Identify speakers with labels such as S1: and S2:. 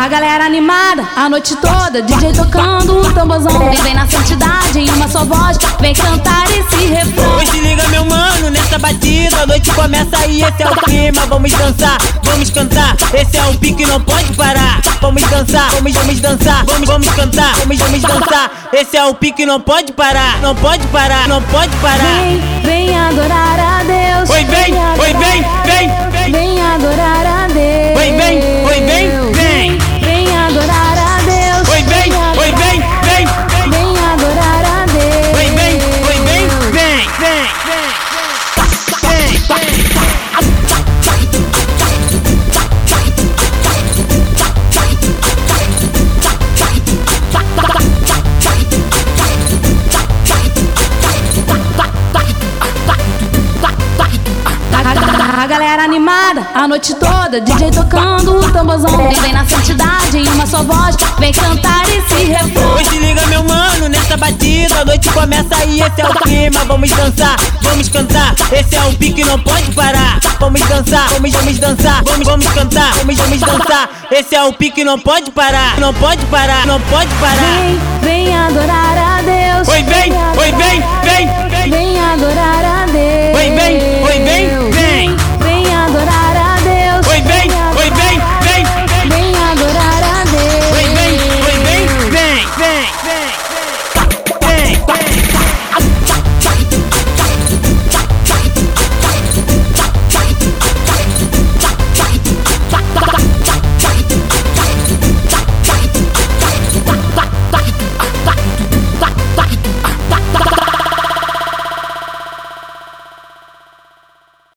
S1: Tá, galera animada, a noite toda, DJ tocando um tamborzão. Ele vem na santidade, em uma só voz, vem cantar esse refrão.
S2: Pois se liga, meu mano, nessa batida, a noite começa e esse é o clima. Vamos dançar, vamos cantar, esse é o pique, não pode parar. Vamos dançar, vamos, vamos dançar, vamos, vamos cantar, vamos, vamos dançar. Esse é o pique, não pode parar, não pode parar, não pode parar.
S1: Vem, vem adorar a Deus.
S2: Oi, vem,
S1: adorar
S2: oi, vem,
S1: a
S2: vem,
S1: Deus.
S2: vem.
S1: Vem adorar a Deus.
S2: Oi, vem, oi, vem, vem.
S1: Vem adorar a Deus.
S2: Oi, vem, oi, vem, vem, vem.
S1: Vem adorar a Deus.
S2: Vem, vem, vem, vem, vem, vem, vem, vem, vem, vem.
S1: Tá, A galera animada, a noite toda, DJ tocando um tamborzão. Ele vem na santidade, em uma só voz, vem cantar esse refrão.
S2: Pois se liga, meu mano, nessa batida, a noite começa e esse é o clima. Vamos dançar, vamos cantar, esse é o pique, não pode parar. Vamos dançar, vamos, vamos dançar, vamos, vamos cantar, vamos, vamos dançar. Esse é o pique, não pode parar, não pode parar, não pode parar.
S1: Vem, vem adorar a Deus.
S2: Oi, vem, oi,